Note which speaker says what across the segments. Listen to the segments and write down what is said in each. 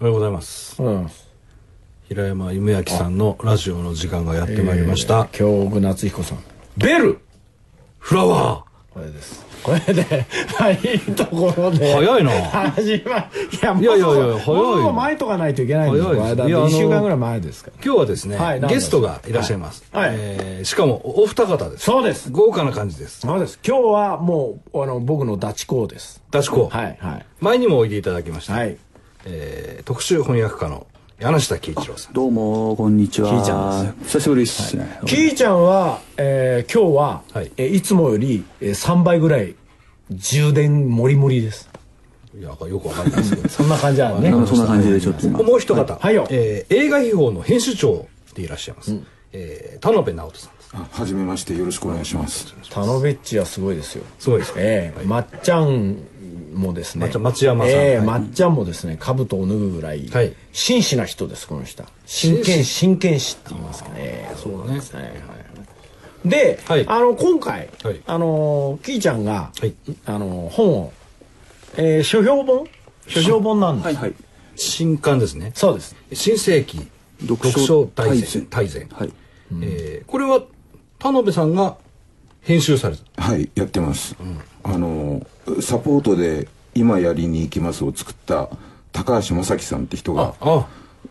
Speaker 1: おはようございます
Speaker 2: うん、
Speaker 1: 平山夢明さんのラジオの時間がやってまいりました、
Speaker 2: えー京極夏彦さん
Speaker 1: ベルフラワ
Speaker 2: これですこれで はいいいところで
Speaker 1: ー早いな
Speaker 2: 始まいやもう
Speaker 1: いやいやいや早い
Speaker 2: もう前とかないといけないんですよ
Speaker 1: 早いです
Speaker 2: だって
Speaker 1: いやあの
Speaker 2: 1週間ぐらい前ですから
Speaker 1: 今日はですね、
Speaker 2: はい
Speaker 1: ゲストがいらっしゃいます、
Speaker 2: はいはい
Speaker 1: えーしかもおお二方です
Speaker 2: そうです
Speaker 1: 豪華な感じです
Speaker 2: そうです今日はもうあの僕のダチ公です
Speaker 1: ダチコ、
Speaker 2: はいはい
Speaker 1: 前にもおいでいただきました、
Speaker 2: はい
Speaker 1: えー特集翻訳家の柳下圭一郎さん
Speaker 3: どうも、こんにちは。
Speaker 2: キーちゃんで
Speaker 3: 久しぶりですね。
Speaker 2: キイちゃんは、えー今日は、
Speaker 1: はい
Speaker 2: えーいつもより、えー3倍ぐらい充電もりもりです
Speaker 1: いやよくわかんないですけど
Speaker 2: そんな感じなのね
Speaker 3: なんかそんな感じでちょっと今。
Speaker 1: もう一方、
Speaker 2: はいはいよ
Speaker 1: えー映画秘宝の編集長でいらっしゃいます、えー田辺直人さんです
Speaker 4: あはじめましてよろしくお願いします。
Speaker 2: タノベッチはすごいですよ
Speaker 1: すごいですね
Speaker 2: ええまっちゃんもです
Speaker 1: ま
Speaker 2: ね
Speaker 1: っちゃん松山さん
Speaker 2: ええ
Speaker 1: はい
Speaker 2: まっちゃんもですね兜を脱ぐぐらい、
Speaker 1: はい
Speaker 2: 真摯な人ですこの人真剣真剣士って言いますかねそう
Speaker 1: なんです
Speaker 2: ね、はいはいで、
Speaker 1: はい
Speaker 2: あの今回、
Speaker 1: はい
Speaker 2: あのキイちゃんが、
Speaker 1: はい
Speaker 2: あの本を、えー、書評本書評本なんです、
Speaker 3: はいはい。
Speaker 1: 新刊ですね
Speaker 2: そうです
Speaker 1: 新世紀読
Speaker 3: 読
Speaker 1: 書
Speaker 3: 書
Speaker 1: 大
Speaker 3: 大
Speaker 1: 全
Speaker 3: 全
Speaker 1: 大全、
Speaker 3: はい。
Speaker 1: えーこれは田辺さんが編集された
Speaker 4: はいやってます。あのサポートで今やりに行きますを作った高橋正樹さんって人が
Speaker 1: あ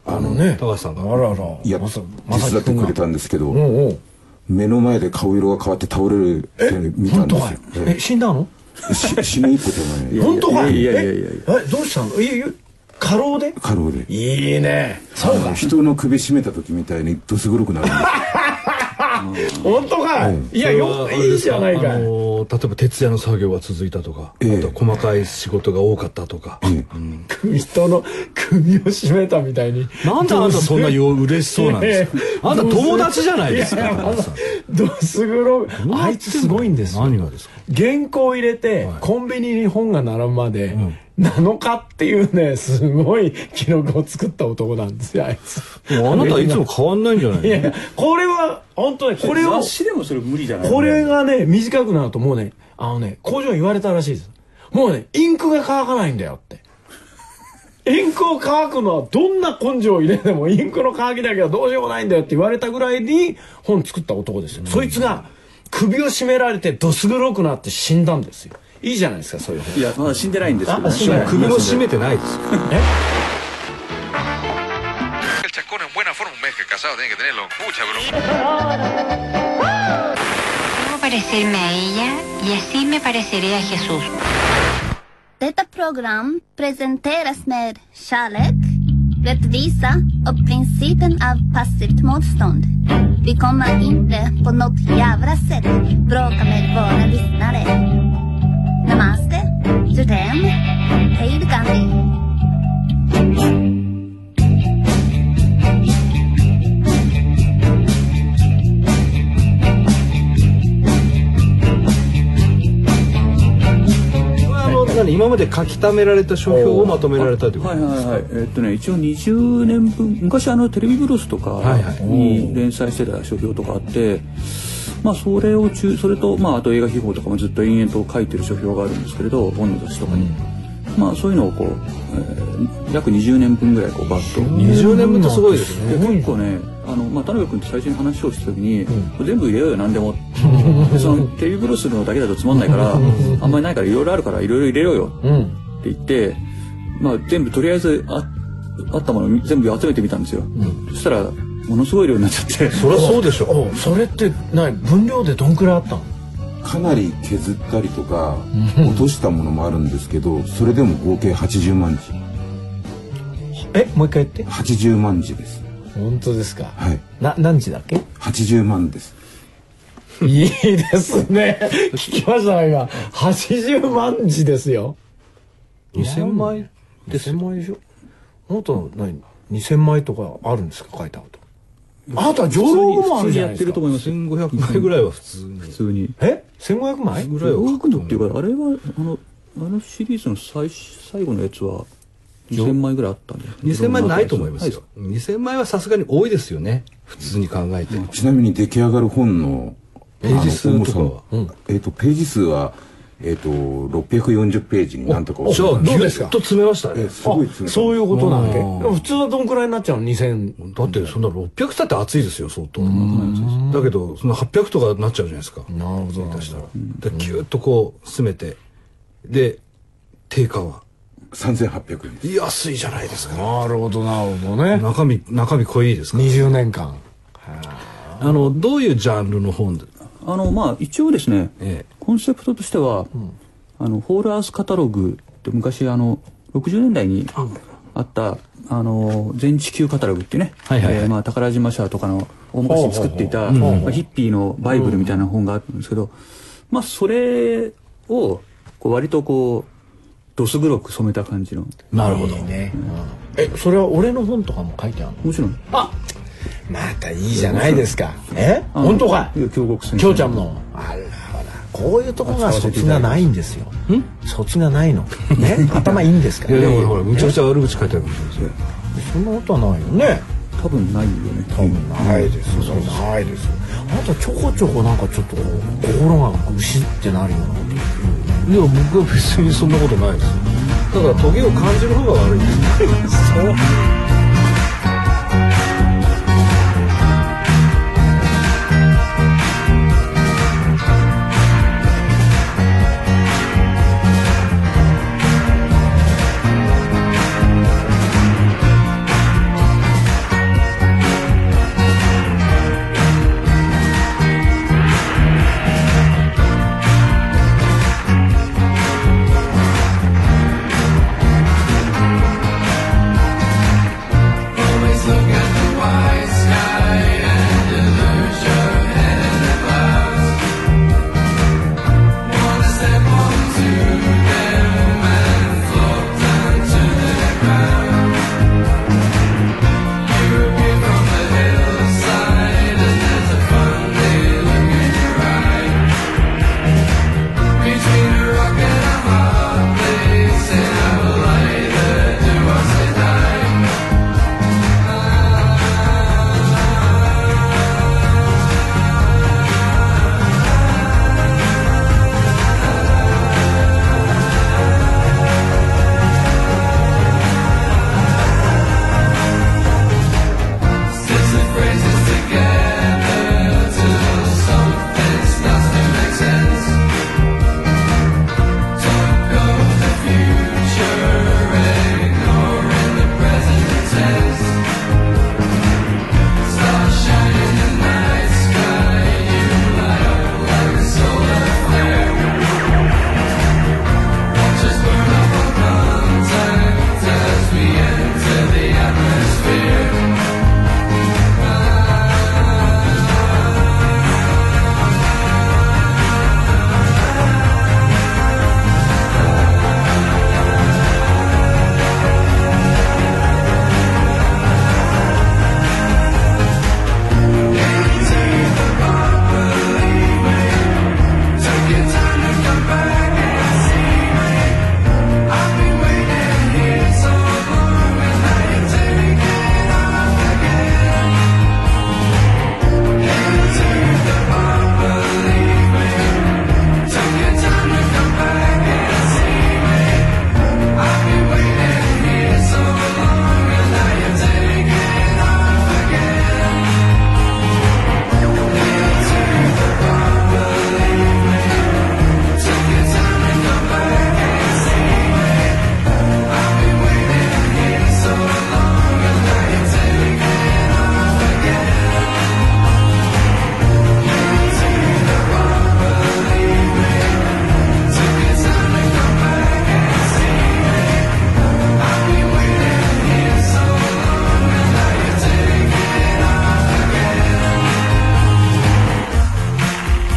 Speaker 2: あのね
Speaker 1: 高橋さんが
Speaker 2: あらあら
Speaker 4: いや
Speaker 2: まさ
Speaker 4: 手
Speaker 2: まさ
Speaker 4: 伝
Speaker 2: き
Speaker 4: って
Speaker 2: 君が
Speaker 4: くれたんですけど、
Speaker 2: おうおう
Speaker 4: 目の前で顔色が変わって倒れるって見た
Speaker 2: 本
Speaker 4: ん
Speaker 2: 当
Speaker 4: で
Speaker 2: かい
Speaker 4: すよ。
Speaker 2: え死んだの
Speaker 4: えし死ぬ一歩手前。
Speaker 2: 本当か
Speaker 3: いやいやいや
Speaker 2: え
Speaker 3: いやい
Speaker 2: えどうしたのいやいや過労で
Speaker 4: 過労で。
Speaker 2: いいねそう
Speaker 4: あの人の首絞めた時みたいにどす黒くなるんですよ。
Speaker 2: 本当かい、いや
Speaker 1: それ
Speaker 2: よ
Speaker 1: はあれ
Speaker 2: いい
Speaker 1: です
Speaker 2: じゃないか
Speaker 1: あ
Speaker 2: い、
Speaker 1: のー例えば徹夜の作業が続いたとか、
Speaker 4: ええ
Speaker 1: あとは細かい仕事が多かったとか、
Speaker 4: ええ
Speaker 1: うん
Speaker 2: 人の首を絞めたみたいに
Speaker 1: なんであんたそんなよ嬉しそうなんですか
Speaker 2: いやいや
Speaker 1: あんた友達じゃないですか
Speaker 2: や
Speaker 1: 高橋さん
Speaker 2: どす黒いあいつすごいんですよ
Speaker 1: 何がですか
Speaker 2: 原稿入れて、コンビニに本が並ぶまで、7日っていうねすごい記録を作った男なんですよあいつ
Speaker 1: もうあなたはいつも変わんないんじゃない
Speaker 2: いやい
Speaker 1: の
Speaker 2: やこれは本当ねこ
Speaker 3: こ
Speaker 2: れ
Speaker 3: れ
Speaker 2: を
Speaker 3: 雑誌でもそれ無理じゃない
Speaker 2: これがね、短くなるともうね、あのね、工場に言われたらしいです。もうね、インクが乾かないんだよ って。インクを乾くのはどんな根性を入れてもインクの乾きだけはどうしようもないんだよって言われたぐらいに本作った男ですよ。そいつが首を絞められてどす黒くなって死んだんですよ。いいじゃないですか、そういう本。
Speaker 3: いや、まだ死んでないんですけど
Speaker 2: あ
Speaker 3: ね。
Speaker 2: 死んでない
Speaker 1: 首も絞めてないですよ
Speaker 5: El chacón en buena forma, un mes que casado tiene que tenerlo. Mucha broma.
Speaker 6: Debo parecerme a ella y así me pareceré a Jesús.
Speaker 7: Detta program presenteras med kärlek, rättvisa och principen av passivt motstånd. Vi kommer inte på något jävla sätt bråka med våra lyssnare. Namaste, Judem, Hej Gandhi.
Speaker 1: これはあの何今まで書き溜められた書評をまとめられたということ
Speaker 3: はいはいはい。えっとね、一応20年分、昔あのテレビブロスとか
Speaker 1: はいはい
Speaker 3: に連載してた書評とかあって、まあそれを中、それと、まああと映画秘宝とかもずっと延々と書いてる書評があるんですけれど、本の雑誌とかに。まあそういうのをこう、えー約20年分ぐらいこうバッと。
Speaker 1: 20年分ってすごいですね
Speaker 3: で結構ねあの、まあ、田辺君と最初に話をした時に、全部入れようよ何でもでそのテレビブロスのだけだとつまんないからあんまりないからいろいろあるからいろいろ入れようよって言って、まあ、全部とりあえずああったもの全部集めてみたんですよ、そしたらものすごい量になっちゃって
Speaker 1: そりゃそうでしょ
Speaker 2: おそれって何分量でどんくらいあったの
Speaker 4: かなり削ったりとか落としたものもあるんですけど、それでも合計80万字。
Speaker 2: えもう一回言って
Speaker 4: 80万字です。
Speaker 2: 本当ですか
Speaker 4: はい。
Speaker 2: な何時だっけ
Speaker 4: 80万です。
Speaker 2: いいです ね。聞きました今。80万字ですよ。
Speaker 1: 2000枚
Speaker 2: 2000枚でしょ。あなた何 ?2000 枚とかあるんですか書いたこと。あなた上老もある
Speaker 3: 普通に
Speaker 2: じゃ
Speaker 3: や
Speaker 2: ない
Speaker 3: っ
Speaker 2: です
Speaker 3: てる
Speaker 2: か
Speaker 3: と。思いますよ
Speaker 1: 1500枚ぐらいは普通に
Speaker 3: 普通に
Speaker 2: え ?1500 枚
Speaker 1: ぐらいは
Speaker 3: 大
Speaker 1: 書く
Speaker 3: 学
Speaker 1: と
Speaker 3: のっ
Speaker 1: 思
Speaker 3: ていうかあれはあのあのシリーズの最最後のやつは2000枚ぐらいあったんで
Speaker 1: 2000枚ないと思いますよ2000枚はさすがに多いですよね普通に考えて
Speaker 4: ちなみに出来上がる本の
Speaker 1: ページ数とかは
Speaker 4: あの重さえっ、とページ数はえっ、と、640ページになんとか
Speaker 1: じゃあ、
Speaker 4: 収め
Speaker 1: ぎ
Speaker 2: ど
Speaker 1: ゅっ
Speaker 2: うですか
Speaker 1: と詰めましたね
Speaker 4: え。すごい詰めた
Speaker 2: そういうことなわけ。でも普通はどんくらいになっちゃうの ?2000。
Speaker 1: だって、そんな600冊って熱いですよ、相当。だけど、その800とかなっちゃうじゃないですか。
Speaker 2: なるほど。
Speaker 1: 出したら。で、ぎゅっとこう、詰めて。で、定価は。
Speaker 4: 3800円です。
Speaker 1: 安いじゃないですか。
Speaker 2: なるほど、なるほどね。
Speaker 1: 中身、中身濃いですから。
Speaker 2: 20年間。
Speaker 1: あの、どういうジャンルの本で
Speaker 3: あのまあ一応ですね、
Speaker 1: ええ
Speaker 3: コンセプトとしては、あのホールアースカタログって昔あの60年代にあったあの全地球カタログっていうね、
Speaker 1: はいはいはい
Speaker 3: えーまあ、宝島社とかの大昔に作っていた、まあ、ヒッピーのバイブルみたいな本があったんですけど、まあそれをこう割とこうドス黒く染めた感じの
Speaker 2: なるほど。ね。え、それは俺の本とかも書いてあるの
Speaker 3: もちろん
Speaker 2: あまたいいじゃないですか。え
Speaker 3: あの
Speaker 2: 本当かい
Speaker 3: 京極先生
Speaker 2: きょうちゃんの。あらほら。こういうとこが卒がないんですよ。卒が ないの。ね頭いいんですか
Speaker 1: いや、でもほ
Speaker 2: ら。
Speaker 1: ら、むちゃくちゃ悪口書いてあるんですよ。
Speaker 2: そんなことはないよね。
Speaker 3: 多分ないよね
Speaker 2: 多分ないですよ。ないですよ。あなたちょこちょこなんかちょっと心が失ってなるようなこと言う
Speaker 1: いや、僕は別にそんなことないですよ。ただ、トゲを感じる方が悪いです。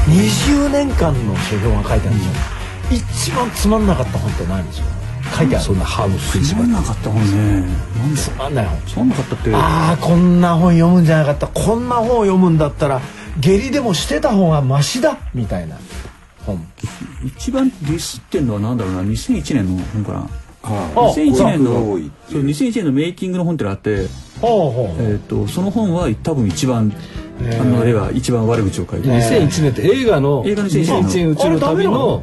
Speaker 2: 20年間の書評が書いてあるんですよ。一番つまんなかった本って何ですか書いてある。
Speaker 1: そんなハム食いし
Speaker 3: つ
Speaker 1: ば
Speaker 3: ま
Speaker 1: り
Speaker 3: んなかった本ねなんだ
Speaker 2: つまんない本。
Speaker 3: つまんなかったって
Speaker 2: ああこんな本読むんじゃなかったこんな本を読むんだったら下痢でもしてた方がマシだみたいな本
Speaker 3: 一番ディスってんのは何だろうな2001年の本かな
Speaker 4: は
Speaker 3: 2001年
Speaker 4: そう
Speaker 3: のそう2001年のメイキングの本ってのがあって、
Speaker 2: ほうほ
Speaker 3: えー、とその本は多分一番あの絵は一番悪口を書いてる、
Speaker 1: 2001年って映画の
Speaker 3: 映画の2001
Speaker 1: 2001年うちの旅の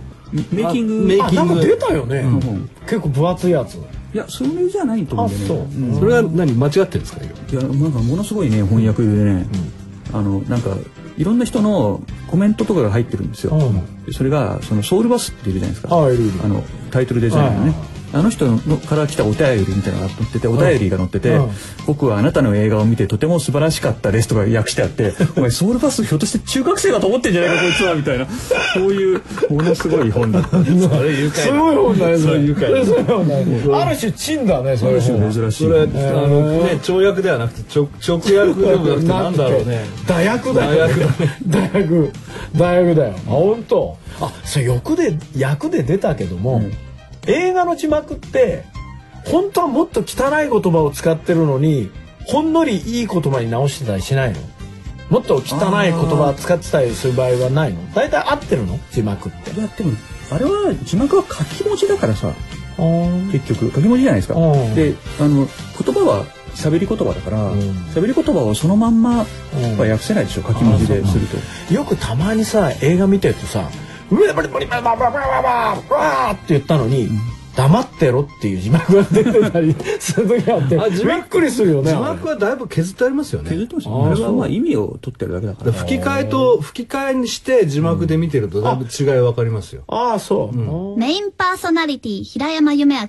Speaker 3: メイキング
Speaker 1: メイ
Speaker 2: あ
Speaker 1: キ
Speaker 2: な
Speaker 1: ン
Speaker 2: んか
Speaker 1: グ
Speaker 2: 出たよね、
Speaker 3: ん
Speaker 2: 結構分厚いやつ
Speaker 3: いやそれじゃないと思うんだよね
Speaker 2: う
Speaker 1: それは何間違ってるんですか今
Speaker 3: いやなんかものすごいね翻訳でね、あのなんかいろんな人のコメントとかが入ってるんですよ、
Speaker 2: う
Speaker 3: それがそのソウルバスっているじゃないですか
Speaker 2: ああいるいる
Speaker 3: あのタイトルデザインのねあの人のから来たお便りみたいなのが載っててお便りが載ってて
Speaker 2: うん
Speaker 3: 「僕はあなたの映画を見てとても素晴らしかったです」とか訳してあ って「お前ソウルバスひょっとして中学生だと思ってんじゃないかこいつは」みたいなそういうものすごい本だったんです
Speaker 1: それ愉快
Speaker 2: すごい本だねそれ
Speaker 1: 愉快
Speaker 2: それはないある種チンだねそれ
Speaker 3: 珍しい
Speaker 1: それあのね跳躍ではなくて直直訳でもなくてなんだろうね
Speaker 2: 大学だよ
Speaker 1: 大学
Speaker 2: 大学大学だよあ本当あそれ欲で役で出たけども、映画の字幕って本当はもっと汚い言葉を使ってるのにほんのりいい言葉に直してたりしないのもっと汚い言葉使ってたりする場合はないの大体合ってるの字幕って
Speaker 3: いやでもあれは字幕は書き文字だからさ結局書き文字じゃないですか
Speaker 2: うん
Speaker 3: であの言葉は喋り言葉だから
Speaker 2: ん
Speaker 3: 喋り言葉をそのまんま
Speaker 2: ん
Speaker 3: は訳せないでしょ書き文字ですると
Speaker 2: よくたまにさ映画見てるとさ「うわバリバリバリバリバリバリバリバリって言ったのに「黙ってろ」っていう字幕が出てたりする時があって
Speaker 1: あ字幕
Speaker 2: びっくりするよね
Speaker 1: 字幕はだいぶ削ってありますよね
Speaker 3: 削ってましたねあれはまあ意味を取ってるだけだから
Speaker 1: 吹き替えと吹き替えにして字幕で見てるとだいぶ違いわかりますよ
Speaker 2: ああそう、あ
Speaker 7: メインパーソナリティ、平山夢明。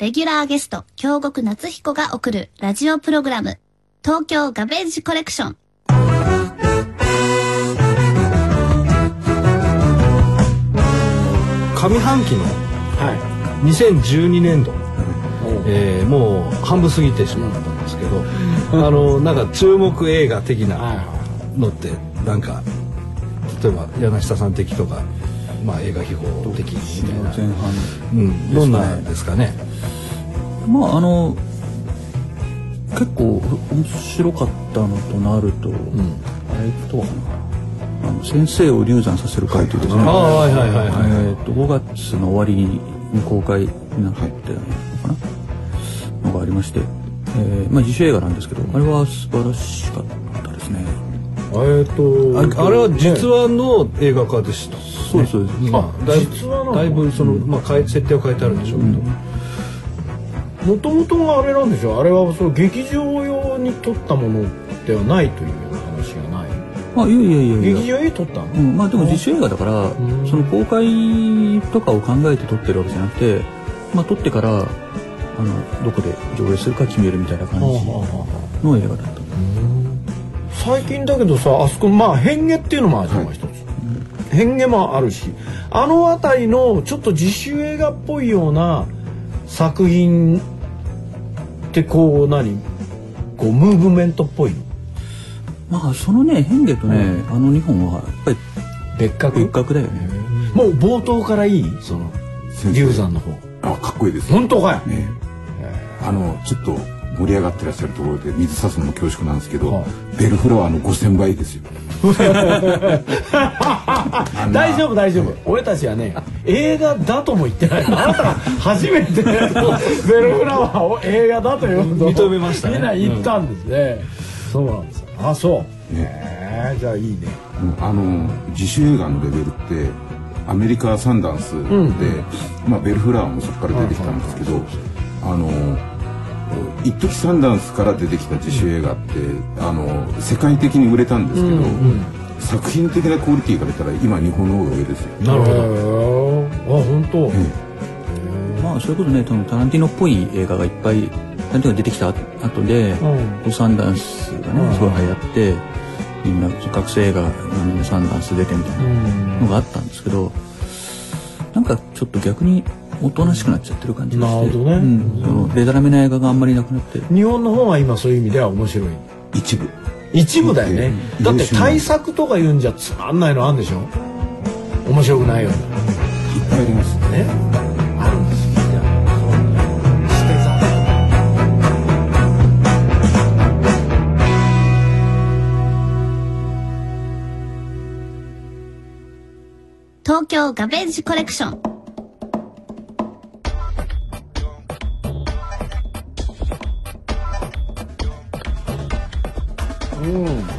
Speaker 7: レギュラーゲスト、京極夏彦が送るラジオプログラム、東京ガベージコレクション。
Speaker 1: 上半期の
Speaker 2: ーはい
Speaker 1: 2012年度、えーもう半分過ぎてしまったんですけど、あのなんか注目映画的
Speaker 2: はい
Speaker 1: な
Speaker 2: は
Speaker 1: のってなんか例えば柳下さん的とか、まあ、映画秘宝的みたいな、
Speaker 3: 前半
Speaker 1: うん、どんなですかね
Speaker 3: まああの結構面白かったのとなると、あれとはなあの先生を流産させる会というですね
Speaker 1: ああはいはいはいはい、
Speaker 3: えー、と5月の終わりに公開になってたのかな、のがありまして、えーまあ、自主映画なんですけどあれは素晴らしかったですね
Speaker 2: えっ、と
Speaker 1: ああれは実話の映画化でした、
Speaker 3: そうですそうです、
Speaker 1: まあ、だいぶ
Speaker 2: 実話なの
Speaker 1: だいぶその、まあ、変え設定を変えてあるんでしょうけど、
Speaker 2: もともとがあれなんでしょうあれはその劇場用に撮ったものではないという話がない
Speaker 3: まあいやいやいやいや
Speaker 2: 劇場用に撮ったの、
Speaker 3: うん、まあでも自主映画だから、その公開とかを考えて撮ってるわけじゃなくて、まあ撮ってから、あの、どこで上映するか決めるみたいな感じ
Speaker 2: はあはあは
Speaker 3: の映画だった。
Speaker 2: 最近だけどさあそこまあ変化っていうのもあるじゃん、一つ変化もあるしあの辺りのちょっと自主映画っぽいような作品ってこう何こうムーブメントっぽいの
Speaker 3: まあそのね、変化とね、あの2本は、やっぱり
Speaker 2: 別格
Speaker 3: 別格だよね。
Speaker 2: もう冒頭からいいその龍山の方
Speaker 4: あかっこいいですね
Speaker 2: 本当かい
Speaker 4: ねあのちょっと盛り上がってらっしゃるところで水差すのも恐縮なんですけど、
Speaker 2: はい
Speaker 4: ベルフラワーの5000倍ですよあんな
Speaker 2: 大丈夫大丈夫俺たちはね映画だとも言ってないあなたが初め てベルフラワーを映画だということを
Speaker 1: 認めましたね
Speaker 2: みんな言ったんですね、そうなんですよあそう
Speaker 4: ね
Speaker 2: へえじゃあいいね
Speaker 4: うんあの自主映画のレベルってアメリカサンダンスで、まあ、ベルフラワーもそこから出てきたんですけど、あの一時サンダンスから出てきた自主映画って、あの世界的に売れたんですけど、作品的なクオリティから言ったら今日本の方が上ですよ。
Speaker 2: なるほどあ本当、
Speaker 3: まあそういうことね、多分タランティーノっぽい映画がいっぱい、タランティーノが出てきた後で、
Speaker 2: ん
Speaker 3: こうサンダンスがね、すごい流行って、みんな学生がみんなサンダンス出てみたいなのがあったんですけど、なんかちょっと逆におとなしくなっちゃってる感じがし
Speaker 2: な
Speaker 3: て、
Speaker 2: るほどね
Speaker 3: うん、そのレダラメな映画があんまりなくなって、
Speaker 2: 日本の方が今そういう意味では面白い
Speaker 4: 一部
Speaker 2: 一部だよね、
Speaker 4: うん
Speaker 2: だって対策とか言うんじゃつまんないのあんでしょ面白くないような
Speaker 4: あります
Speaker 2: ねあるんですよじゃあそうねしてさ
Speaker 7: 東京ガベージコレクション。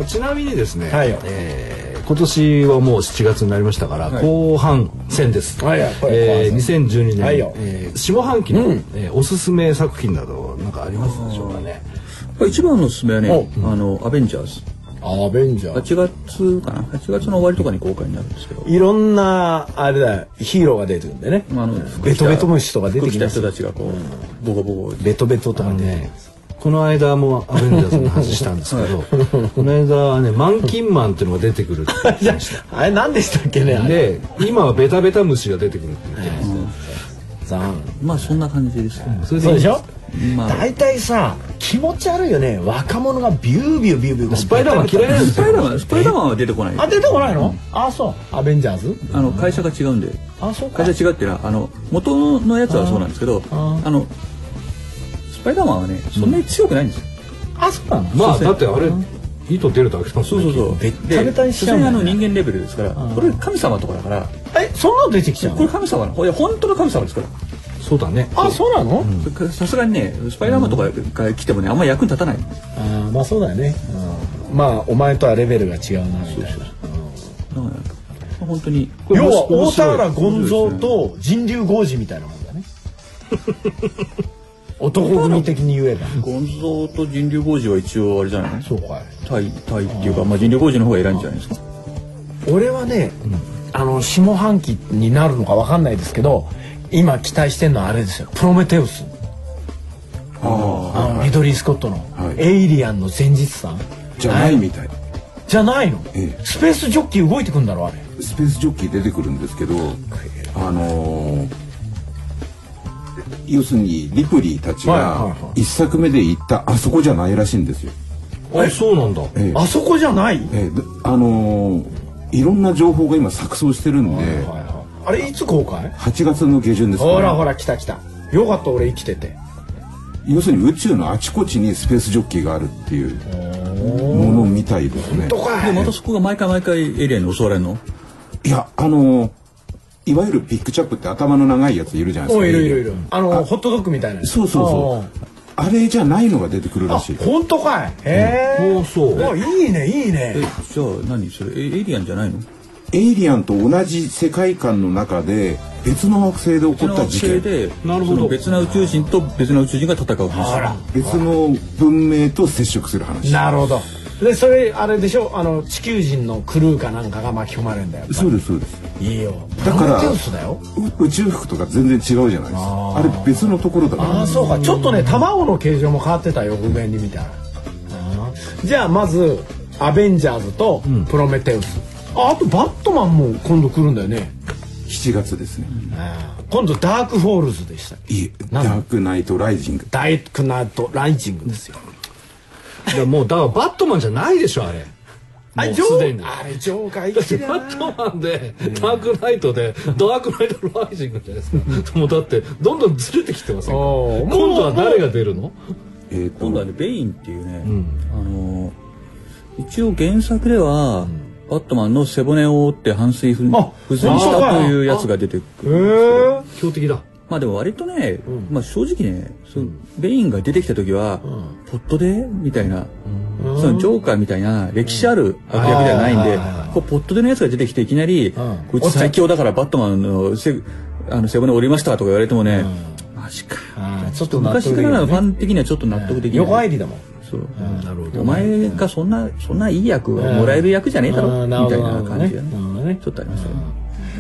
Speaker 1: ちなみにですね、
Speaker 2: はいよ
Speaker 1: えー今年はもう7月になりましたから、後半戦です。
Speaker 2: はいはいこれ
Speaker 1: えー、2012年、
Speaker 2: はいよ
Speaker 1: えー下半期の、えーおすすめ作品などなんかありますでしょうかね。
Speaker 3: 一番のおすすめはね、あの、アベンジャーズ。
Speaker 2: アベンジャー
Speaker 3: 8月かな ?8 月の終わりとかに公開になるんですけど。
Speaker 2: いろんなあれだよヒーローが出てるんでね
Speaker 3: まああの
Speaker 2: ベトベト虫とか出て
Speaker 3: 服
Speaker 2: き
Speaker 3: 着
Speaker 2: た
Speaker 3: た人たちがこう、ボコボコ。
Speaker 2: ベトベトとかね
Speaker 1: ねこの間もアベンジャーズの話したんですけ ど、この間はねマンキンマンっていうのが出てくるって言ってまし
Speaker 2: あれ何でしたっけね
Speaker 1: た
Speaker 2: あれ
Speaker 1: で今はベタベタ虫が出てくるって言ってま
Speaker 2: さん
Speaker 3: まあそんな感じですね。
Speaker 1: すそれ
Speaker 2: そうでしょ
Speaker 3: まあ、
Speaker 2: 大体さ気持ち悪いよね若者がビュービュービュービュー
Speaker 1: スパイダーマン嫌いなんで
Speaker 3: ス
Speaker 1: す
Speaker 3: パイ
Speaker 1: よ
Speaker 3: ダーマン、スパイダーマンは出てこない。
Speaker 2: あ出てこないのあそうアベンジャーズ
Speaker 3: あの、会社が違うんで。
Speaker 2: あそうか
Speaker 3: 会社違うっていうのは、あの、元のやつはそうなんですけど、
Speaker 2: あー
Speaker 3: あの、スパイダーマンはね、そんなに強くないんですよ。
Speaker 2: あそうなの
Speaker 1: まあだってあれ糸出るだけだもんね
Speaker 3: そうそうそう。
Speaker 2: ベッタベタにしちゃう
Speaker 3: で
Speaker 2: んだよね
Speaker 3: 所詮あの人間レベルですから、これ神様とかだから、
Speaker 2: えそんなの出てきちゃう
Speaker 3: これ
Speaker 2: の
Speaker 3: 神様の、いや本当の神様ですから。
Speaker 1: そうだね
Speaker 2: あそうなの
Speaker 3: さすがにね、スパイダーマンとかが来てもね、あんま役に立たない。
Speaker 2: あーまあそうだよねうんまあお前とはレベルが違うなみたいな
Speaker 3: だから本当に
Speaker 1: これ
Speaker 2: 要
Speaker 1: 面
Speaker 2: は
Speaker 1: 面
Speaker 2: 大田
Speaker 1: 白い
Speaker 2: 原権蔵と人流豪児みたいなもんだね男組的に言えば
Speaker 3: ゴンゾーと人流王子は一応あれじゃない
Speaker 2: そうかい
Speaker 3: タイタイっていうかまあ人流王子の方が偉いんじゃないですか
Speaker 2: 俺はね、あの下半期になるのかわかんないですけど今期待してるのはあれですよプロメテウス
Speaker 4: あ
Speaker 2: あのリドリー・スコットの、
Speaker 4: い
Speaker 2: エイリアンの前日さん
Speaker 4: あじゃないみたい
Speaker 2: じゃないの、
Speaker 4: ええ
Speaker 2: スペースジョッキー動いてくんだろあれ
Speaker 4: スペースジョッキー出てくるんですけどあのー要するにリプリーたち
Speaker 2: はいはい
Speaker 4: が
Speaker 2: は
Speaker 4: 一作目で行ったあそこじゃないらしいんですよ。
Speaker 1: あそうなんだ
Speaker 4: ええ
Speaker 2: あそこじゃない
Speaker 4: ええであのーいろんな情報が今錯綜してるんで
Speaker 2: あれいつ公開
Speaker 4: 8月の下旬ですね
Speaker 2: ほらほら来た来たよかった俺生きてて
Speaker 4: 要するに宇宙のあちこちにスペースジョッキーがあるっていうものみたいですね。
Speaker 2: とか
Speaker 3: でまたそこが毎回毎回エイリアンに襲われるの
Speaker 4: いやあのーいわゆるピックチャップって頭の長いやついるじゃないです
Speaker 2: お
Speaker 4: か。
Speaker 2: いいるいるいるあのホットドッグみたいなやつ
Speaker 4: そうそうそう。あれじゃないのが出てくる
Speaker 2: あ
Speaker 4: らしい。
Speaker 2: 本当かいへえ、
Speaker 1: うんおうそう
Speaker 2: わいいねいいね
Speaker 3: えじゃあ何それエイエイリアンじゃないの
Speaker 4: エイリアンと同じ世界観の中で別の惑星で起こった事件。
Speaker 3: で
Speaker 1: なるほど
Speaker 3: その別な宇宙人と別な宇宙人が戦う
Speaker 2: あら
Speaker 3: 話
Speaker 4: 別の文明と接触する話。
Speaker 2: なるほど。でそれあれでしょあの地球人のクルーかなんかが巻き込まれるんだよ。
Speaker 4: そうですそうです。
Speaker 2: いいよ。
Speaker 4: だから
Speaker 2: プロメテウスだよ。
Speaker 4: う宇宙服とか全然違うじゃないですか。あれ別のところだから。
Speaker 2: ああそうか。ちょっとね卵の形状も変わってたよ偶然に見たら。あーじゃあまずアベンジャーズとプロメテウス。ああとバットマンも今度来るんだよね。
Speaker 4: 7月ですね。
Speaker 2: あー今度ダークフォールズでした。
Speaker 4: いえ、ダークナイトライジング。
Speaker 2: ダイクナイトライジングですよ。
Speaker 1: だからもうだからバットマンじゃないでしょあれ
Speaker 2: あ
Speaker 1: も
Speaker 2: れ
Speaker 1: う
Speaker 2: ジョ
Speaker 1: すでに
Speaker 2: ーあれジョーカー
Speaker 1: だって
Speaker 2: 一 だ
Speaker 1: バ
Speaker 2: な
Speaker 1: ットマンでダークナイトでダークナイトライジングじゃないですかもうだってどんどんずれてきてませんか
Speaker 2: おー
Speaker 1: 今度は誰が出るの
Speaker 4: えー
Speaker 3: 今度
Speaker 4: と
Speaker 3: はねベインっていうね、あの一応原作では、バットマンの背骨を折って半水不
Speaker 2: あ
Speaker 3: 不全し
Speaker 2: 本当
Speaker 3: た
Speaker 2: か
Speaker 3: というやつが出てくる
Speaker 2: へえ。
Speaker 1: 強敵だ
Speaker 3: まあでも割とね、まあ正直ね、そのベインが出てきた時は、ポットでみたいな、そのジョーカーみたいな歴史ある悪役ではないんで、こうポットでのやつが出てきていきなり、こいつ最強だからバットマンのせあの背骨折りましたとか言われてもね、マジか。
Speaker 2: あーちょっと納得でき
Speaker 3: 昔か
Speaker 2: る
Speaker 3: らのファ
Speaker 2: ね。
Speaker 3: ン的にはちょっと納得できない。
Speaker 2: 横入りだもん。
Speaker 3: そう。
Speaker 1: なるほ
Speaker 3: お前がそんな、そんないい役をもらえる役じゃねえだ
Speaker 2: う
Speaker 3: ろ、
Speaker 2: ん
Speaker 3: み
Speaker 2: なるほ
Speaker 3: たい
Speaker 2: ど
Speaker 3: な感じが
Speaker 2: なるほどね
Speaker 3: ね。ちょっとありますよね。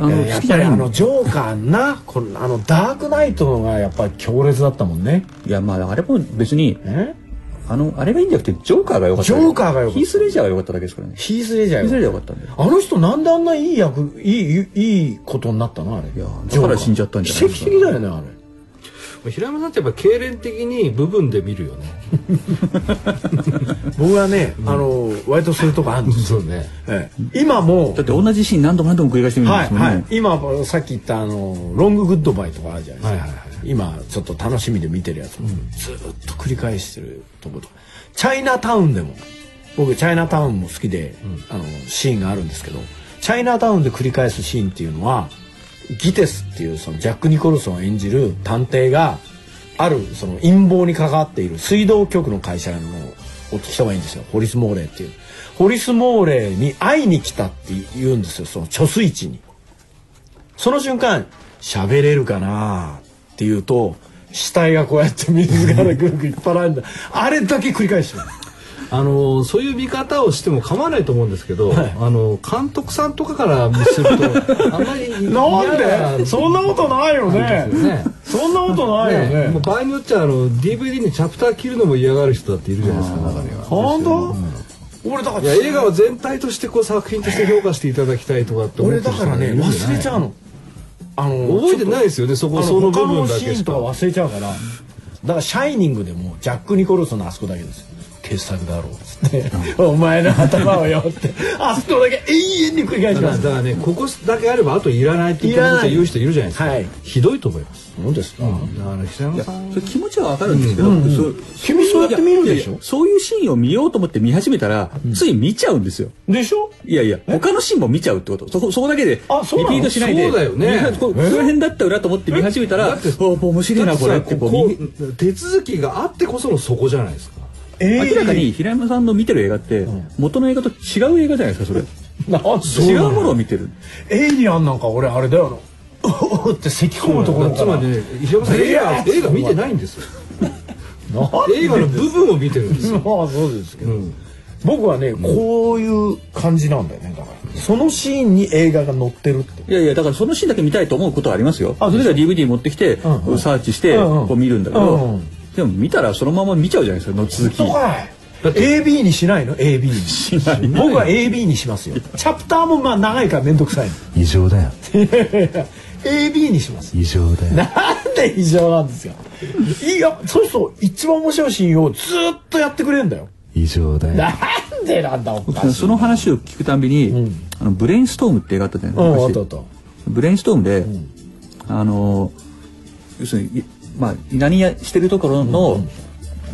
Speaker 3: あ
Speaker 2: あ
Speaker 3: の、
Speaker 2: のや
Speaker 3: 好
Speaker 2: っ
Speaker 3: きじ
Speaker 2: ぱ
Speaker 3: ゃ
Speaker 2: り
Speaker 3: ない
Speaker 2: あ
Speaker 3: ん
Speaker 2: の
Speaker 3: だ
Speaker 2: ジョーカーなこのあのダークナイトのがやっぱり強烈だったもんね。
Speaker 3: いや、まあ、あれも別に、
Speaker 2: え
Speaker 3: あの、あれがいいんじゃなくて、ジョーカーが良かっただけ。
Speaker 2: ジョーカーが良かった
Speaker 3: ヒースレジャーが良かっただけですからね。ヒ
Speaker 2: ヒースレジャ
Speaker 3: ース
Speaker 2: ー
Speaker 3: レジ
Speaker 2: よ。
Speaker 3: ャーが良かったんだよ。
Speaker 2: あの人なんであんないい役いいいいいことになったのあれ。い
Speaker 3: やだから死んじゃったんじゃない
Speaker 2: 奇跡的だよねあれ。
Speaker 1: 平山さんってやっぱ経連的に部分で見るよね
Speaker 2: 僕はね、あの割とそういうとこあるんですよ。
Speaker 1: うね
Speaker 2: ええ今も
Speaker 3: だって同じシーン何度も何度も繰り返してみるん
Speaker 2: は
Speaker 3: で
Speaker 2: い
Speaker 3: すもんね。
Speaker 2: はい今さっき言ったあのロンググッドバイとかあるじゃないですか。今ちょっと楽しみで見てるやつも、ずーっと繰り返してるとことかチャイナタウンでも僕チャイナタウンも好きで、あのシーンがあるんですけどチャイナタウンで繰り返すシーンっていうのはギテスっていうそのジャック・ニコルソンを演じる探偵があるその陰謀に関わっている水道局の会社の人がいいんですよホリス・モーレーっていうホリス・モーレーに会いに来たって言うんですよその貯水池に。その瞬間喋れるかなっていうと死体がこうやって水からぐるぐる引っ張られるんだあれだけ繰り返してる
Speaker 1: あのそういう見方をしても構わないと思うんですけど、
Speaker 2: はい
Speaker 1: あの監督さんとかからする とあんまり嫌
Speaker 2: なんでそんなことないよね
Speaker 1: ですよね
Speaker 2: そんなことないよね
Speaker 1: ねもう場合によっちゃあの DVD にチャプター切るのも嫌がる人だっているじゃないですか中には。
Speaker 2: 本当、俺だか
Speaker 1: い
Speaker 2: ら
Speaker 1: や映画を全体としてこう作品として評価していただきたいとかって思
Speaker 2: 俺
Speaker 1: って
Speaker 2: だ
Speaker 1: る
Speaker 2: か
Speaker 1: 人
Speaker 2: ら
Speaker 1: もい
Speaker 2: ね
Speaker 1: るんじゃ
Speaker 2: 忘
Speaker 1: ない
Speaker 2: れちゃうのあの
Speaker 1: 覚えてないですよねそ
Speaker 2: あ
Speaker 1: こ
Speaker 2: の
Speaker 1: その部
Speaker 2: 他の
Speaker 1: 分だ
Speaker 2: シ
Speaker 1: け
Speaker 2: ーン
Speaker 1: し
Speaker 2: と
Speaker 1: か
Speaker 2: か忘れちゃうからだから「シャイニング」でもジャック・ニコルソンのあそこだけですよ傑作だろうっつって「お前の頭をよ」ってあそこだけ永遠に繰り返
Speaker 1: だ
Speaker 2: し
Speaker 1: から
Speaker 2: ます
Speaker 1: だからねここだけあればあといらないって言
Speaker 2: いらない
Speaker 1: 言う人いるじゃないですか、
Speaker 2: はい
Speaker 1: ひどいと思います
Speaker 2: そうですか、
Speaker 1: だから久山さん
Speaker 3: それ気持ちはわかるんですけど、そう
Speaker 2: 君そうやって見るでしょ
Speaker 3: いやいやそういうシーンを見ようと思って見始めたら、つい見ちゃうんですよ
Speaker 2: でしょ
Speaker 3: いやいや他のシーンも見ちゃうってことそこそこだけでリピ
Speaker 2: あそうなの
Speaker 3: ートしないで
Speaker 1: そうだよね
Speaker 3: 見始めここの辺だった裏と思って見始めたらあ面白いなこれってこう
Speaker 1: こ
Speaker 3: 耳
Speaker 1: う手続きがあってこそのそこじゃないですか
Speaker 2: え
Speaker 3: 明らかに平山さんの見てる映画って元の映画と違う映画じゃないですかそれ
Speaker 2: なん
Speaker 3: 違うものを見てる
Speaker 2: エイリアンなんか俺あれだよなおおって咳き込むところ
Speaker 1: つ
Speaker 2: から
Speaker 1: まりね平山さん映画映画見てないんですよ
Speaker 2: なんで
Speaker 1: 映 画の部分を見てるんですよ、
Speaker 2: まあそうですけど、
Speaker 1: うん
Speaker 2: 僕はねこういう感じなんだよねだからそのシーンに映画が載ってるって
Speaker 3: いやいやだからそのシーンだけ見たいと思うことはありますよ
Speaker 2: あ
Speaker 3: それでは DVD 持ってきて
Speaker 2: うんうん
Speaker 3: サーチして
Speaker 2: うんうん
Speaker 3: こう見るんだけ
Speaker 2: うんう
Speaker 3: ど
Speaker 2: ん
Speaker 3: でも見たらそのまま見ちゃうじゃないですかの続き
Speaker 2: そうかい AB にしないの AB にし
Speaker 3: ないね
Speaker 2: 僕は AB にしますよチャプターもまあ長いから面倒くさいの
Speaker 1: 異常 だよ
Speaker 2: AB にします
Speaker 1: 異常だよ
Speaker 2: なんで異常なんですかいやそうそう一番面白いシーンをずっとやってくれるんだよ
Speaker 1: 異常だ
Speaker 2: なんでなんだお かしい
Speaker 3: その話を聞くたんびに、あのブレインストームって映画あったじゃな
Speaker 2: う
Speaker 3: い
Speaker 2: んあ
Speaker 3: です
Speaker 2: ったあ
Speaker 3: か
Speaker 2: った
Speaker 3: ブレインストームで、あの要するに、いまあ、何やしてるところの,、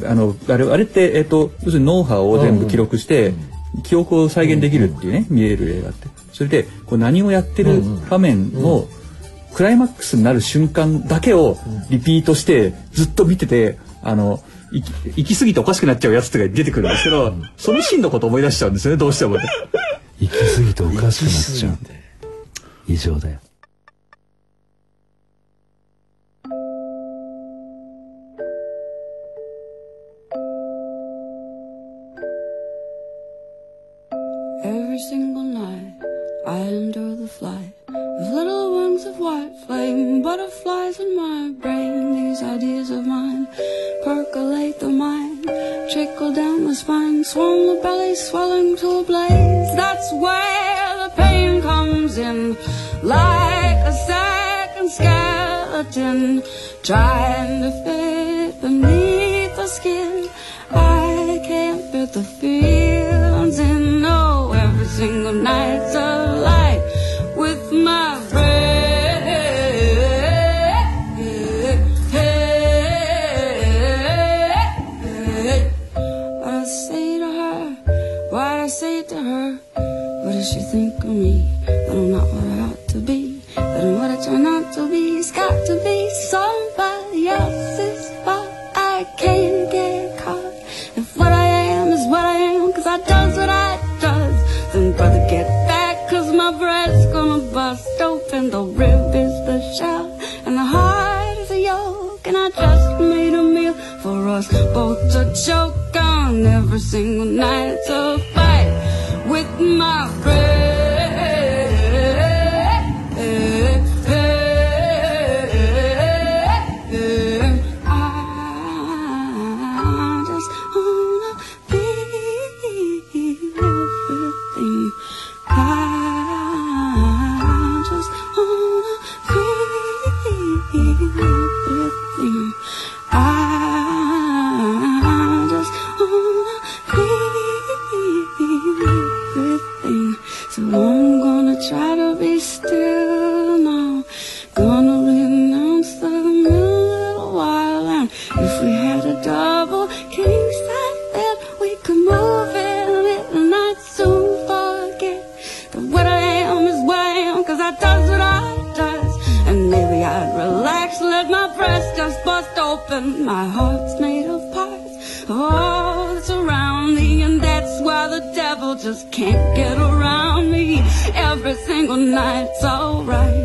Speaker 3: あのあれあれって、えっと要するに脳波を全部記録して、記憶を再現できるっていうね、見える映画ってそれでこう何をやってる場面の、クライマックスになる瞬間だけをリピートしてずっと見ててあの行き行き過ぎておかしくなっちゃうやつとか出てくるんですけどそのシーンのこと思い出しちゃうんですよねどうしてもね。
Speaker 1: 行き過ぎておかしくなっちゃう異常だよ
Speaker 8: Every single night, I endure the flight of little wings of white flame, butterflies in my brain. These ideas of mine percolate the mind, trickle down the spine, swarm the belly, swelling to a blaze. That's where the pain comes in, like a second skeleton trying to fit beneath the skin. I can't fit the feelings in. No, every single night's a light with my breath. I say to her, what I say to her, what does she think of me? That I'm not what I ought to be, that I'm what I try not to be. It's got to be somebody else's fault. I can't get caught if what I am is what I am, cause I does what I does. Then brother, get back, cause my breath's gonna bust open. The rib is the shell, and the heart is a yolk, and I just made a meal for us both to choke on every single night to fight with my breath. I just wanna be everything. I just wanna be everything. I just wanna be everything. So I'm gonna try to be still now. Gonna renounce the little while. And if we had a double king size bed, we could move it a little, not soon forget that what I am is what I am, cause I does what I does. And maybe I'd relax, let my breast just bust open. My heart's made of parts, all that's around me, and that's why the devil just can't get around me. Every single night's alright.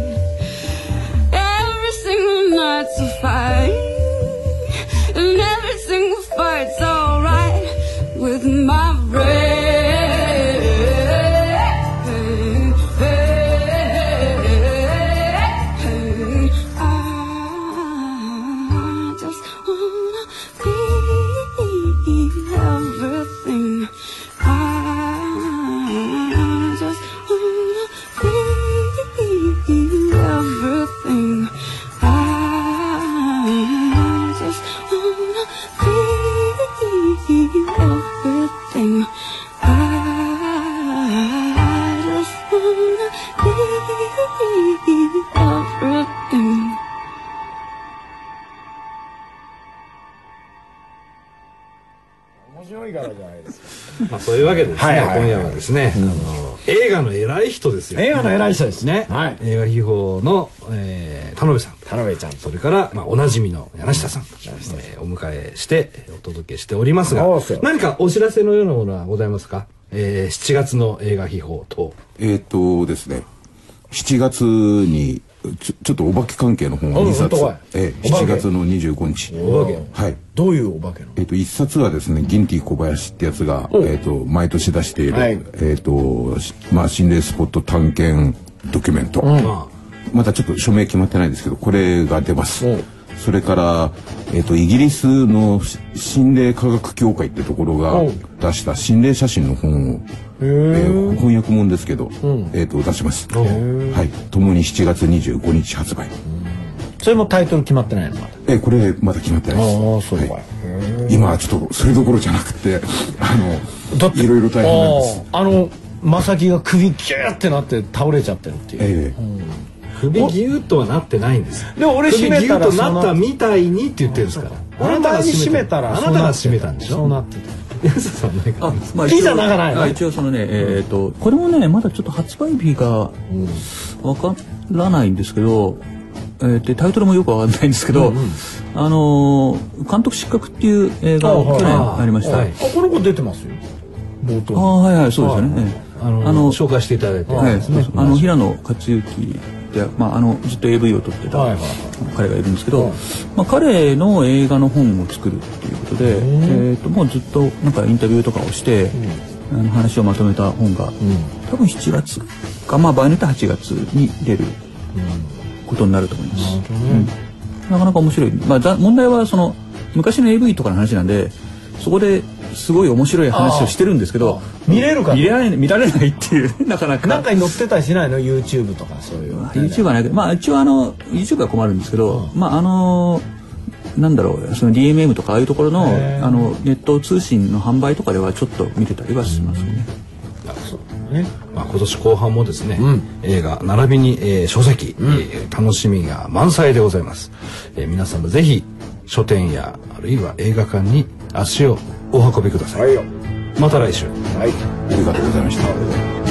Speaker 2: 面白いからじゃないですか。
Speaker 1: まあ、そういうわけでですね、
Speaker 2: はいはい
Speaker 1: 今夜はですね、あの映画の偉い人ですよ、
Speaker 2: 映画の偉い人ですね。はい。
Speaker 1: 映画秘宝の、えー、田辺さんと
Speaker 2: 田辺ちゃんと。
Speaker 1: それから、まあ、おなじみの柳下さん、えーお迎えしてえーお届けしておりますが
Speaker 2: そうですよ
Speaker 1: 何かお知らせのようなものはございますか、えー、7月の映画秘宝と
Speaker 4: えーっとですね7月にちょちょっとお化け関係の本を2冊
Speaker 2: うん本当かい
Speaker 4: ええ
Speaker 2: お化け
Speaker 4: 7月の25日はい
Speaker 2: どういうお化けの
Speaker 4: えっと、一冊はですね、ギンティ小林ってやつが、えっと、毎年出している、
Speaker 2: はい
Speaker 4: えっと、しまあ、心霊スポット探検ドキュメント。
Speaker 1: ま
Speaker 4: まだちょっと署名決まってないんですけど、これが出ます。それから、えっと、イギリスのし心霊科学協会ってところが出した心霊写真の本を、えー翻訳もんですけど、えっと、出します。はい。共に7月25日発売。
Speaker 2: それもタイトル決まってないのまだ。
Speaker 4: え、これまだ決まってないです。
Speaker 2: ああ、そう
Speaker 4: は
Speaker 2: か
Speaker 4: い。今はちょっとそれどころじゃなくてあのいろいろ大変なんです。
Speaker 2: あーあの、まさきが首キューってなって倒れちゃってるっていう。
Speaker 4: ええ
Speaker 1: あ、首ギューッとはなってないんですよ
Speaker 2: でも俺
Speaker 1: 首
Speaker 2: 締
Speaker 1: ギュ
Speaker 2: めた
Speaker 1: ーッ
Speaker 2: ら
Speaker 1: と
Speaker 2: そ
Speaker 1: な
Speaker 2: の
Speaker 1: ったみたいにって言ってるんですから
Speaker 2: 俺前に締めたら
Speaker 1: あなたが締めたんでし
Speaker 2: そ
Speaker 1: ょ
Speaker 2: うなってた
Speaker 1: 柳下さん何か
Speaker 3: あ、まあ
Speaker 2: いいじゃんなんかない
Speaker 3: あ一応そのね、えっ、と、これもね、まだちょっと発売日がわからないんですけど、えーでタイトルもよくわかんないんですけど、あのー監督失格っていう映画
Speaker 2: あは
Speaker 3: を
Speaker 2: い
Speaker 3: 去年ありました。あ
Speaker 1: はい
Speaker 2: あこの子出てますよ冒
Speaker 3: あー、
Speaker 2: 頭
Speaker 3: はいはい、そうですよね。ええ
Speaker 1: あの
Speaker 3: あの
Speaker 1: 紹介していただいて、
Speaker 3: はい、そうそうあの平野克之で、まあ、あのずっと AV を撮ってた
Speaker 2: はいはい
Speaker 3: 彼がいるんですけど、まあ、彼の映画の本を作るっていうことで、えー、ともうずっとなんかインタビューとかをして、あの話をまとめた本が、多分7月か、まあ、場合によっては8月に出ることになると思います。うんなかなか面白い、まあ、だ問題はその昔の AV とかの話なんでそこですごい面白い話をしてるんですけど
Speaker 2: 見れるかな
Speaker 3: 見れない見られないっていうねなかなか
Speaker 2: なんかに載ってたりしないの YouTube とかそういう
Speaker 3: まあ YouTube はないけど、まあ、一応あの YouTube は困るんですけど、まああのなんだろうその DMM とかああいうところのあのネット通信の販売とかではちょっと見てたりはしますね。
Speaker 1: まあ、今年後半もですね、映画並びに、えー書籍、えー楽しみが満載でございます、えー皆さんもぜひ書店やあるいは映画館に足をお運びください、また来週
Speaker 4: ありがとうございました。